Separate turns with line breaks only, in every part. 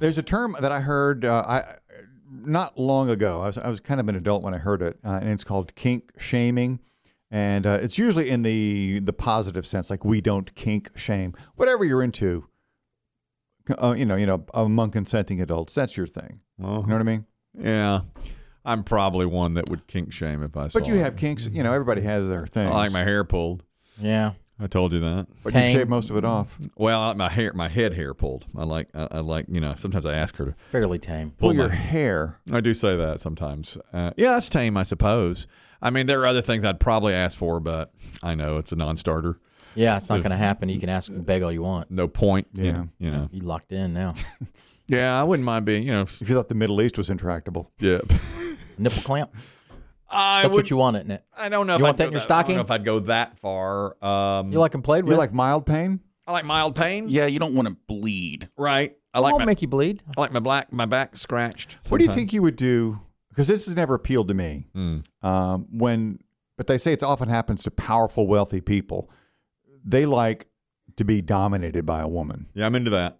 There's a term that I heard uh, I not long ago. I was, I was kind of an adult when I heard it, uh, and it's called kink shaming. And uh, it's usually in the the positive sense, like we don't kink shame. Whatever you're into, uh, you know, you know, among consenting adults, that's your thing. You
Uh-huh.
know what I mean?
Yeah. I'm probably one that would kink shame if I saw
But you
it.
have kinks. You know, everybody has their thing.
I like my hair pulled.
Yeah.
I told you that.
but you
Tang.
shave most of it off.
Well, I- my hair, my head hair pulled. I like, I, I like, you know. Sometimes I ask her to
Fairly tame.
pull
Pull your
my-
hair.
I do say that sometimes. Uh, yeah, that's tame, I suppose. I mean, there are other things I'd probably ask for, but I know it's a non-starter.
Yeah, it's not going to happen. You can ask and beg all you want.
No point. you
Yeah.
know, You know.
You locked in now.
Yeah, I wouldn't mind being, you know.
If you thought the Middle East was intractable,
Yeah.
Nipple clamp.
I
That's
would.
what you want, isn't it?
I don't know.
you
if
want
I'd
that
go
in your
I don't
stocking?
know if I'd go that far. Um,
You like them played
you
with?
like mild pain.
I like mild pain.
Yeah, you don't want to bleed.
Right. I
I
like
won't
my,
make you bleed.
I like my black my back scratched.
What do you
sometimes.
think you would do? Because this has never appealed to me.
Mm.
um, when but they say it's often happens to powerful wealthy people they like to be dominated by a woman
Yeah, I'm into that.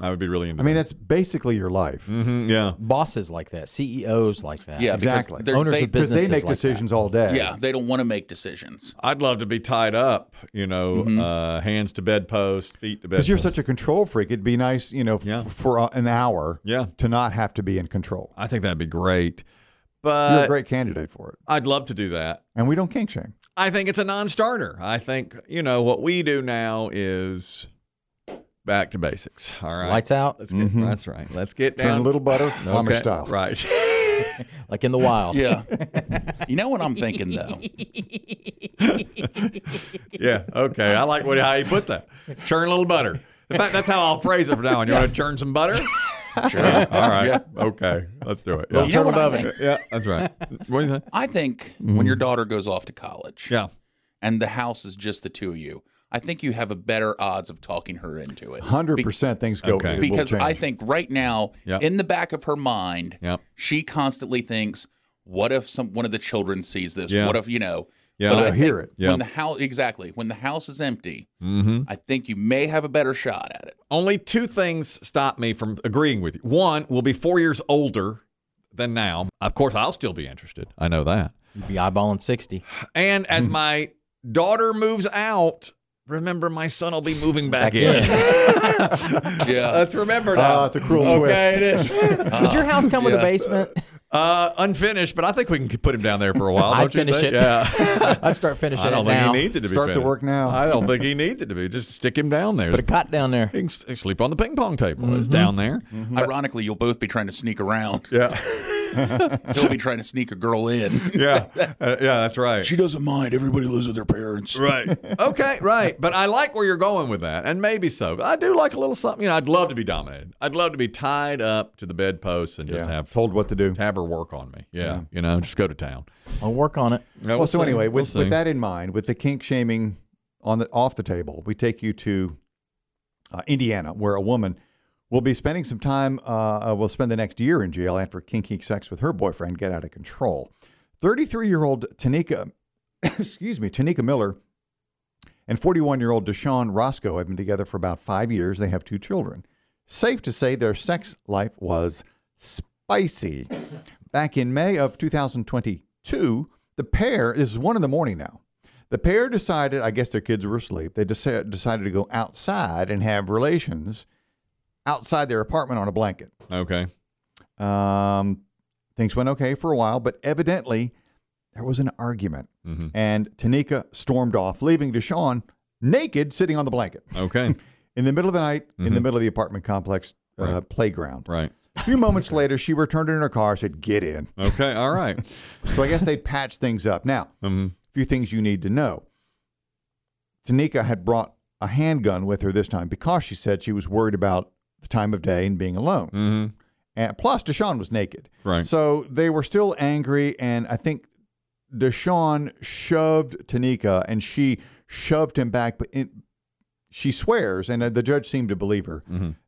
I would be really into.
i mean that's basically your life
that. hmm yeah,
Bosses like that. CEOs like that.
Yeah, because
Exactly.
they're-
Owners
they-
of
because they
businesses
make
like that.
decisions all day
Yeah, they don't want to make decisions.
I'd love to be tied up. You know, uh, hands to bedpost, feet to bedpost.
Mm-hmm. because you're such a control freak it'd be nice you know f-
Yeah.
for a, an hour
yeah,
to not have to be in control
I think that'd be great.
you're a
But
great candidate for it
I'd love to do that.
and we don't kink shame
I think it's a non-starter. I think you know what we do now is back to basics. All right,
Lights out,
Let's get. That's right. Let's get
Mm-hmm. Turn
down.
a little butter Palmer
Okay,
style
Right.
like in the wild.
Yeah. you know what I'm thinking though?
Yeah. Okay. I like what how you put that. Churn a little butter. In fact, that's how I'll phrase it from now on. You want to churn some butter? Sure. All right. Okay. Let's do it. Yeah.
You know what I
above it.
think?
Yeah, That's right. What do you think?
I think when your daughter goes off to college
Yeah.
and the house is just the two of you, I think you have a better odds of talking her into it.
100% things go
Okay.
it will
Because I
change.
think right now,
Yeah.
in the back of her mind,
Yeah.
she constantly thinks, "What if some one of the children sees this?
Yeah.
What if you know?"
Yeah.
But I
They'll hear
think
it.
Yeah.
When the house exactly when the house is empty,
Mm-hmm.
I think you may have a better shot at it.
Only two things stop me from agreeing with you. One, we'll be four years older than now. Of course, I'll still be interested. I know that.
You'd be eyeballing 60.
And as
Hmm.
my daughter moves out, remember my son will be moving back,
Back
in.
Yeah,
Let's remember now.
Oh, it's a cruel
okay, it is.
Did your house come with a
yeah.
basement?
Uh, unfinished, but I think we can put him down there for a while.
I'd
don't you
finish
think?
it.
Yeah.
I'd start finishing
I don't
it
think
now.
he needs it to be
Start the
finished.
work now.
I don't think he needs it to be. Just stick him down there.
Put a cot down there.
he can s- sleep on the ping pong table. It's
Mm-hmm.
down there.
Ironically, you'll both be trying to sneak around.
Yeah.
He'll be trying to sneak a girl in.
Yeah. Uh, yeah, that's right.
She doesn't mind. Everybody lives with their parents.
right. Okay, right. But I like where you're going with that, and maybe so. I do like a little something. You know, I'd love to be dominated. I'd love to be tied up to the bedpost and just
Yeah.
have
told what to do
have her work on me. Yeah, You know, just go to town.
I'll work on it.
Yeah,
well, so
see.
anyway, with,
We'll see.
with that in mind, with the kink shaming on the off the table, we take you to uh, Indiana, where a woman will be spending some time. Uh, uh, will spend the next year in jail after kinky sex with her boyfriend get out of control. Thirty-three-year-old Tanika, excuse me, Tanika Miller, and forty-one-year-old Deshaun Roscoe have been together for about five years. They have two children. Safe to say, their sex life was spicy. Back in May of 2022, the pair, this is one in the morning now, the pair decided, I guess their kids were asleep, they deci- decided to go outside and have relations outside their apartment on a blanket.
Okay.
Um, things went okay for a while, but evidently there was an argument. And Tanika stormed off, leaving Deshaun naked sitting on the blanket
Okay.
in the middle of the night, in the middle of the apartment complex uh,
Right.
playground.
right.
A few moments later, she returned in her car, said, Get in.
Okay. All right.
So I guess they'd patch things up. Now,
Mhm.
a few things you need to know. Tanika had brought a handgun with her this time because she said she was worried about the time of day and being alone.
Mhm.
And plus, Deshaun was naked.
Right.
So they were still angry, and I think Deshaun shoved Tanika, and she shoved him back. But it, she swears, and uh, the judge seemed to believe her,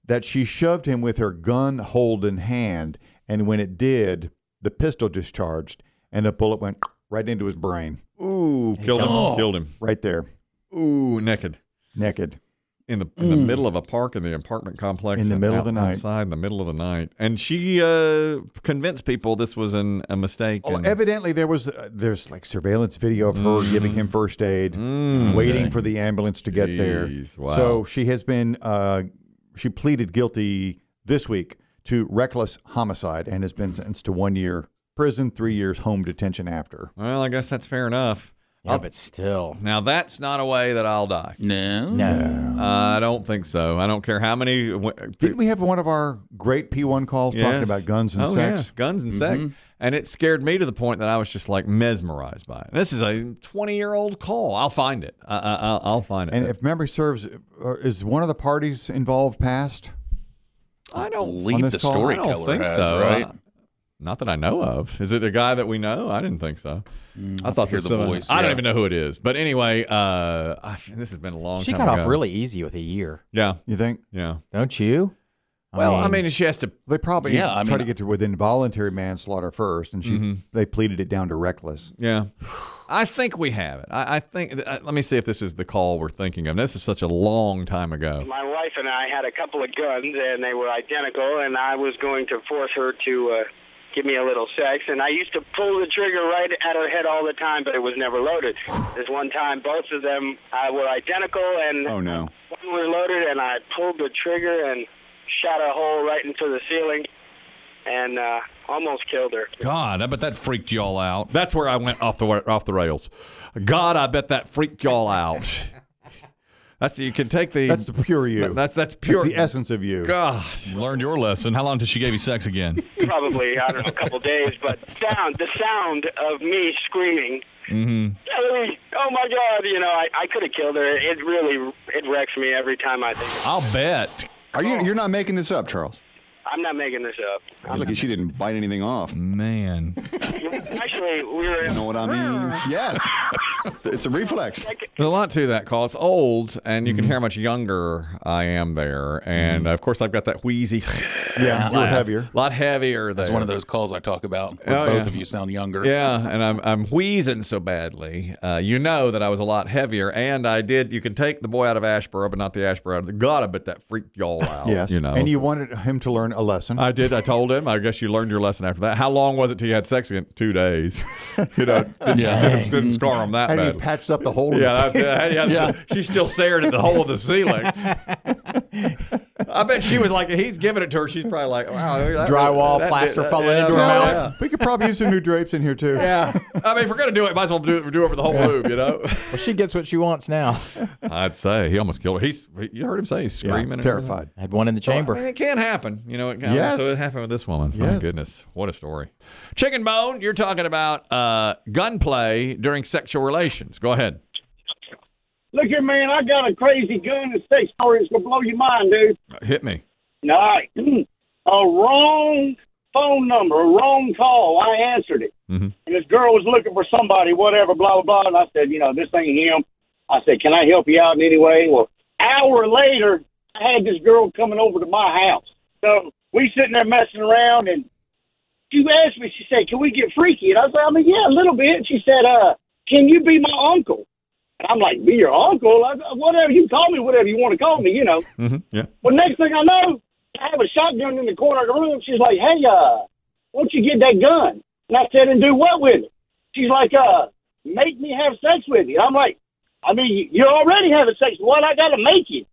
that she shoved him with her gun hold in hand. And when it did, the pistol discharged, and a bullet went right into his brain,
Ooh, killed him. Killed him.
right there,
Ooh, naked.
naked.
in the in the middle of a park in the apartment complex
Mm. In the
and
middle of the night.
outside in the middle of the night, and she uh, convinced people this was an, a mistake.
Well,
and-
evidently there was uh, there's like surveillance video of her giving him first aid,
mm,
waiting for the ambulance to get
Hmm. Jeez,
there.
wow.
So she has been uh, she pleaded guilty this week to reckless homicide and has been sentenced to one year prison, three years home detention after.
well, I guess that's fair enough.
Yeah, but still.
Now that's not a way that I'll die.
No.
No.
Uh, I don't think so. I don't care how many.
Didn't we have one of our great P1 calls talking
Yes.
about guns and
oh,
sex? Mm-hmm.
Yes, guns and sex. And it scared me to the point that I was just like mesmerized by it. This is a 20 year old call. I'll find it. I, I, I'll- I'll find it.
And if memory serves, uh, is one of the parties involved past?
I
I
don't
believe
this
the
call? I
I don't
storyteller
think
has,
so.
right?
I- not that I know of. Is it a guy that we know? I didn't think so. I thought
hear
this
the
was-
voice,
I don't
yeah.
even know who it is. But anyway, uh, I, this has been a long
She
time.
got off
ago.
really easy with a year,
Yeah,
You think
yeah.
don't you?
Well, I mean, she has to.
they probably
Yeah, I
try
mean-
to get to within voluntary manslaughter first, and she
Mm-hmm.
they pleaded it down to reckless.
Yeah. I think we have it. I, I think. I, let me see if this is the call we're thinking of. This is such a long time ago.
My wife and I had a couple of guns, and they were identical, and I was going to force her to uh, give me a little sex. And I used to pull the trigger right at her head all the time, but it was never loaded. This one time, both of them uh, were identical, and
Oh no!
one was loaded, and I pulled the trigger and shot a hole right into the ceiling, and uh, almost killed her.
God, I bet that freaked y'all out. That's where I went off the off the rails. God, I bet that freaked y'all out. That's you can take the
That's the pure you. That's,
that's that's pure
the essence of you.
God.
Learned your lesson. How long did she give you sex again?
Probably I don't know, a couple days, but sound the sound of me screaming Ellie, oh my God, you know, I, I could have killed her. It really, it wrecks me every time I think.
Uh,
of it.
I'll bet.
Are you? You're not making this up, Charles.
I'm not making this up. I'm
Look, she didn't bite anything off. You
Man.
actually, we were
know what I mean? Yes. It's a reflex.
There's a lot to that call. It's old, and you can hear how much younger I am there. And of course, I've got that wheezy.
Yeah, you're
Uh, laugh.
heavier.
A lot heavier. That's
It's one of those calls I talk about. Where
Oh,
both
yeah.
of you sound younger.
Yeah, and I'm I'm wheezing so badly. Uh, you know that I was a lot heavier, and I did. You can take the boy out of Ashboro, but not the Ashboro out of the God. I bet that freaked y'all out.
Yes,
you know.
and you wanted him to learn a lesson.
I did. I told him. I guess you learned your lesson after that. How long was it till you had sex again? Two days. You know, didn't,
Yeah.
didn't scar him that
and he
bad.
patched up the hole. in the
Yeah,
ceiling.
that's- yeah, that's- she still stared at the hole of the ceiling. I bet she was like, he's giving it to her. She's probably like, wow. that-
Drywall,
that-
plaster
that-
falling
yeah,
into her
yeah,
mouth.
yeah.
we could probably use some new drapes in here too.
Yeah. I mean, if we're going to do it, might as well do it, do it for the whole room, you know?
well, she gets what she wants now.
I'd say he almost killed her. He's, you heard him say he's
Yeah,
screaming. and
terrified.
I had one in the
I
chamber.
mean, it can happen, you know. It can,
Yes.
So it happened with this woman. My
Yes.
goodness, what a story! Chicken bone, you're talking about uh, gunplay during sexual relations. Go ahead.
Look here, man. I got a crazy gun and sex story. It's gonna blow your mind, dude.
Hit me.
All right, a wrong phone number, a wrong call. I answered it, and this girl was looking for somebody, whatever, blah blah blah. And I said, you know, this ain't him. I said, can I help you out in any way? Well, hour later, I had this girl coming over to my house. So we sitting there messing around, and she asked me. She said, can we get freaky? And I said, I mean, yeah, a little bit. She said, uh, can you be my uncle? And I'm like, be your uncle? I, whatever you call me, whatever you want to call me, you know.
Mm-hmm. Yeah.
Well, next thing I know, I have a shotgun in the corner of the room. She's like, "Hey, uh, won't you get that gun?" And I said, "And do what with it?" She's like, "Uh, make me have sex with you." I'm like, "I mean, you're already having sex. Why I gotta make you?"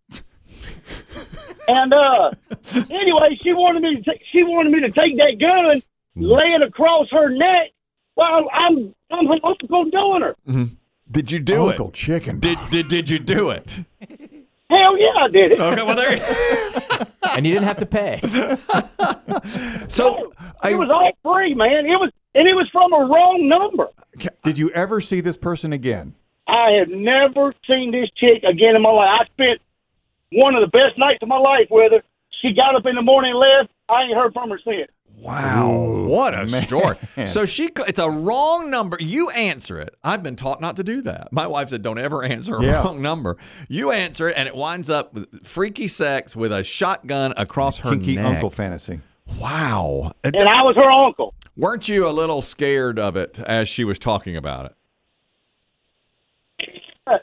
and uh, anyway, she wanted me to ta- she wanted me to take that gun, lay it across her neck while I'm I'm her uncle doing her.
Did you do
Uncle Chicken.
Did, did did you do it?
Hell yeah, I did it.
Okay. Well, there. You,
and you didn't have to pay.
so
It was all free, man. It was and it was from a wrong number.
Did you ever see this person again?
I have never seen this chick again in my life. I spent one of the best nights of my life with her. She got up in the morning and left. I ain't heard from her since.
wow, what a
man.
story. So she, c- it's a wrong number. You answer it. I've been taught not to do that. My wife said, "Don't ever answer a
Yeah.
wrong number." You answer it, and it winds up with freaky sex with a shotgun across her
Kinky
neck.
uncle fantasy.
Wow. Uh,
And I was her uncle.
Weren't you a little scared of it as she was talking about it?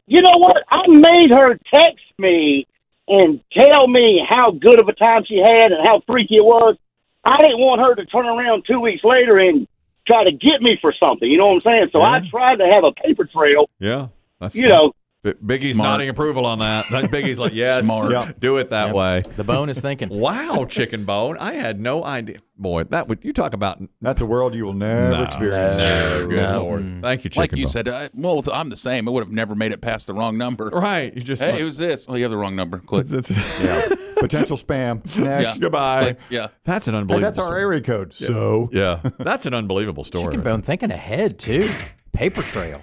You know what? I made her text me and tell me how good of a time she had and how freaky it was. I didn't want her to turn around two weeks later and try to get me for something. You know what I'm saying? So I
Yeah.
tried to have a paper trail.
Yeah. That's
You know,
B- Biggie's
Smart.
nodding approval on that. That Biggie's like, yes,
Smart.
Yeah.
do it that
Yep.
way.
The bone is thinking.
Wow, chicken bone. I had no idea. Boy, that would you talk about
That's a world you will never
No.
experience.
good lord. Thank you, chicken
like you
bone.
said, I, well, I'm the same. I would have never made it past the wrong number.
Right. You just
Hey, who's this? Oh, you have the wrong number. Click.
it's- it's-
Yeah. Potential spam. Next.
goodbye.
Click. Yeah.
That's an
Hey,
unbelievable
that's our
story.
area code. So
Yeah. That's an unbelievable story.
Chicken bone thinking ahead too. Paper trail.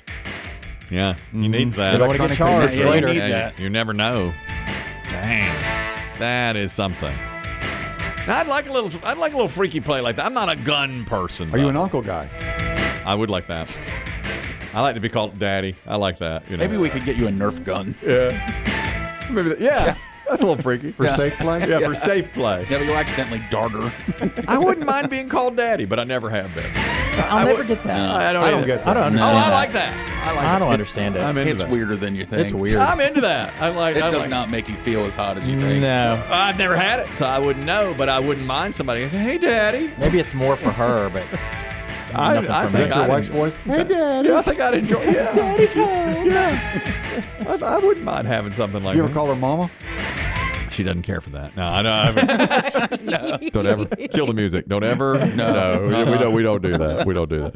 Yeah. He needs that.
You don't want to get
Electronic
charged
Yeah, you
later.
need
Yeah, you-
that.
You, never know. Dang, that is something. Now, I'd like a little. I'd like a little freaky play like that. I'm not a gun person.
are you
though.
an uncle guy?
I would like that. I like to be called daddy. I like that. You know.
Maybe we could get you a Nerf gun.
Maybe that- yeah. That's a little freaky.
For safe play?
yeah, for safe play.
Never go accidentally darter.
I wouldn't mind being called daddy, but I never have been.
I'll never get that.
I don't,
I don't
either.
get that.
I don't
Oh,
understand.
I
that.
like that. I like
I don't
that.
understand it.
I'm into
it's
that.
weirder than you think.
It's weird.
I'm into that. I like.
It
I
does
like-
not make you feel as hot as you think.
No.
I've never had it, so I wouldn't know. But I wouldn't mind somebody saying, "Hey, daddy."
Maybe it's more for her, but
I,
Nothing
I
for me.
Is
think
that your
I'd
wife's voice? Hey, Daddy.
Yeah, I think I'd enjoy. Yeah, Daddy's home. Yeah, I, I wouldn't mind having something like
You ever
that.
call her mama?
she doesn't care for that. No, I know. I Uh-huh. haven't. Don't ever kill the music. Don't ever. No, we, we don't. We don't do that. We don't do that.